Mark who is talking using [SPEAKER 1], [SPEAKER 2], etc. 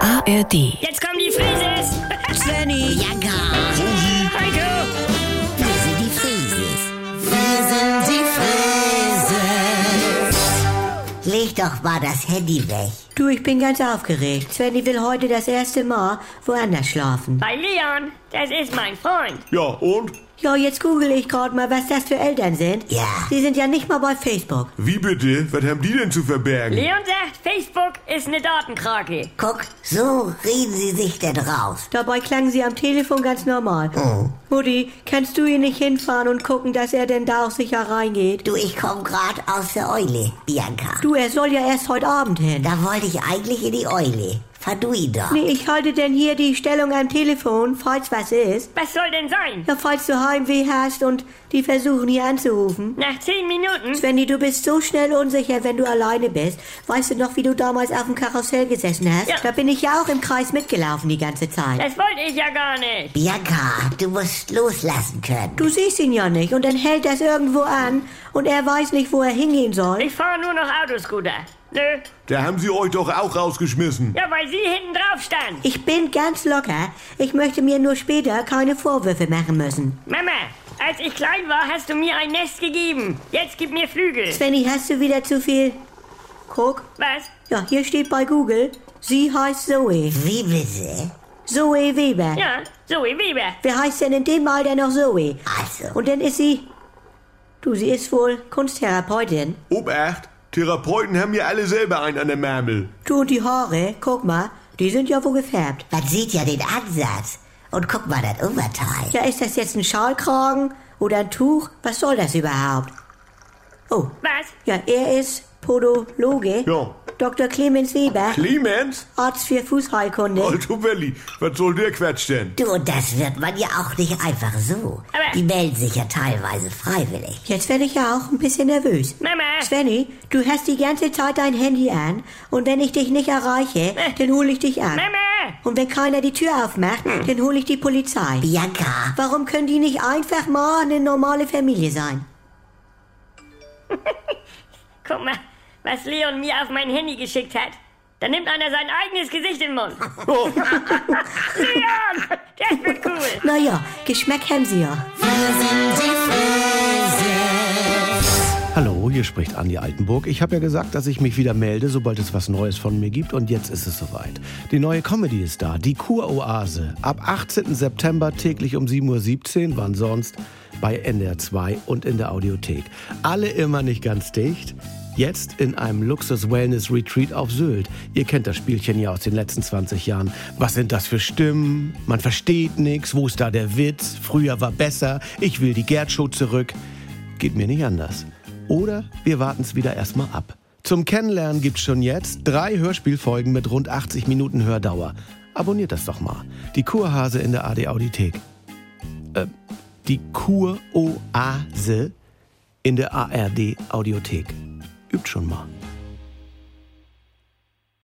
[SPEAKER 1] ARD.
[SPEAKER 2] Jetzt kommen die Frises!
[SPEAKER 3] Svenny,
[SPEAKER 4] Jagger,
[SPEAKER 2] Heiko!
[SPEAKER 4] wir sind die Frieses. Wir sind die Frieses. Leg doch mal das Handy weg.
[SPEAKER 3] du, ich bin ganz aufgeregt. Svenny will heute das erste Mal woanders schlafen.
[SPEAKER 2] Bei Leon, das ist mein Freund.
[SPEAKER 5] Ja, und?
[SPEAKER 3] Ja, jetzt google ich gerade mal, was das für Eltern sind.
[SPEAKER 4] Ja.
[SPEAKER 3] Sie sind ja nicht mal bei Facebook.
[SPEAKER 5] Wie bitte? Was haben die denn zu verbergen?
[SPEAKER 2] Leon sagt, Facebook ist eine Datenkrake.
[SPEAKER 4] Guck, so reden sie sich denn raus.
[SPEAKER 3] Dabei klangen sie am Telefon ganz normal. Mutti, kannst du hier nicht hinfahren und gucken, dass er denn da auch sicher reingeht?
[SPEAKER 4] Du, ich komm grad aus der Eule, Bianca.
[SPEAKER 3] Du, er soll ja erst heute Abend hin.
[SPEAKER 4] Da wollte ich eigentlich in die Eule. Fahr du ihn doch.
[SPEAKER 3] Nee, ich halte denn hier die Stellung am Telefon, falls was ist.
[SPEAKER 2] Was soll denn sein?
[SPEAKER 3] Ja, falls du Heimweh hast und die versuchen hier anzurufen.
[SPEAKER 2] Nach zehn Minuten?
[SPEAKER 3] Svenny, du bist so schnell unsicher, wenn du alleine bist. Weißt du noch, wie du damals auf dem Karussell gesessen hast?
[SPEAKER 2] Ja.
[SPEAKER 3] Da bin ich ja auch im Kreis mitgelaufen die ganze Zeit.
[SPEAKER 2] Das wollte ich ja gar nicht.
[SPEAKER 4] Bianca, du musst loslassen können.
[SPEAKER 3] Du siehst ihn ja nicht und dann hält das irgendwo an und er weiß nicht, wo er hingehen soll.
[SPEAKER 2] Ich fahre nur noch Autoscooter. Nö.
[SPEAKER 5] Da haben sie euch doch auch rausgeschmissen.
[SPEAKER 2] Ja, weil sie hinten drauf stand.
[SPEAKER 3] Ich bin ganz locker. Ich möchte mir nur später keine Vorwürfe machen müssen.
[SPEAKER 2] Mama, als ich klein war, hast du mir ein Nest gegeben. Jetzt gib mir Flügel.
[SPEAKER 3] Svenny, hast du wieder zu viel? Guck.
[SPEAKER 2] Was?
[SPEAKER 3] Ja, hier steht bei Google, sie heißt Zoe.
[SPEAKER 4] Wie bitte?
[SPEAKER 3] Zoe Weber.
[SPEAKER 2] Ja, Zoe Weber.
[SPEAKER 3] Wer heißt denn in dem Alter noch Zoe?
[SPEAKER 4] Also,
[SPEAKER 3] Und dann ist sie. Du, sie ist wohl Kunsttherapeutin.
[SPEAKER 5] Obacht, Therapeuten haben ja alle selber einen an der Märmel.
[SPEAKER 3] Du und die Haare, guck mal, die sind ja wohl gefärbt.
[SPEAKER 4] man sieht ja den Ansatz. Und guck mal das Oberteil.
[SPEAKER 3] Ja, ist das jetzt ein Schalkragen oder ein Tuch? Was soll das überhaupt? Oh,
[SPEAKER 2] Was?
[SPEAKER 3] ja, er ist Podologe.
[SPEAKER 5] Ja.
[SPEAKER 3] Dr. Clemens Weber,
[SPEAKER 5] Clemens?
[SPEAKER 3] Arzt für Fußheilkunde.
[SPEAKER 5] Alto Valley, was soll der Quatsch denn?
[SPEAKER 4] Du, und das wird man ja auch nicht einfach so.
[SPEAKER 2] Aber-
[SPEAKER 4] Die melden sich ja teilweise freiwillig.
[SPEAKER 3] Jetzt werde ich ja auch ein bisschen nervös.
[SPEAKER 2] Mama,
[SPEAKER 3] Svenny, du hast die ganze Zeit dein Handy an und wenn ich dich nicht erreiche, dann hole ich dich an.
[SPEAKER 2] Mama,
[SPEAKER 3] Und wenn keiner die Tür aufmacht, dann hole ich die Polizei.
[SPEAKER 4] Bianca,
[SPEAKER 3] Warum können die nicht einfach mal eine normale Familie sein?
[SPEAKER 2] guck mal, was Leon mir auf mein Handy geschickt hat. Da nimmt einer sein eigenes Gesicht in den Mund.
[SPEAKER 5] Oh,
[SPEAKER 2] Leon, das wird cool.
[SPEAKER 3] Naja, Geschmack haben sie ja.
[SPEAKER 6] Hallo, hier spricht Andi Altenburg. Ich habe ja gesagt, dass ich mich wieder melde, sobald es was Neues von mir gibt. Und jetzt ist es soweit. Die neue Comedy ist da, die Kuroase. Ab 18. September täglich um 7.17 Uhr, wann sonst, bei NDR 2 und in der Audiothek. Alle immer nicht ganz dicht. Jetzt in einem Luxus-Wellness-Retreat auf Sylt. Ihr kennt das Spielchen ja aus den letzten 20 Jahren. Was sind das für Stimmen? Man versteht nichts. Wo ist da der Witz? Früher war besser. Ich will die Gerd-Show zurück. Geht mir nicht anders. Oder wir warten es wieder erstmal ab. Zum Kennenlernen gibt's schon jetzt drei Hörspielfolgen mit rund 80 Minuten Hördauer. Abonniert das doch mal. Die Kurhase in der AD Audiothek. Äh, die Kuroase in der ARD Audiothek. Übt schon mal.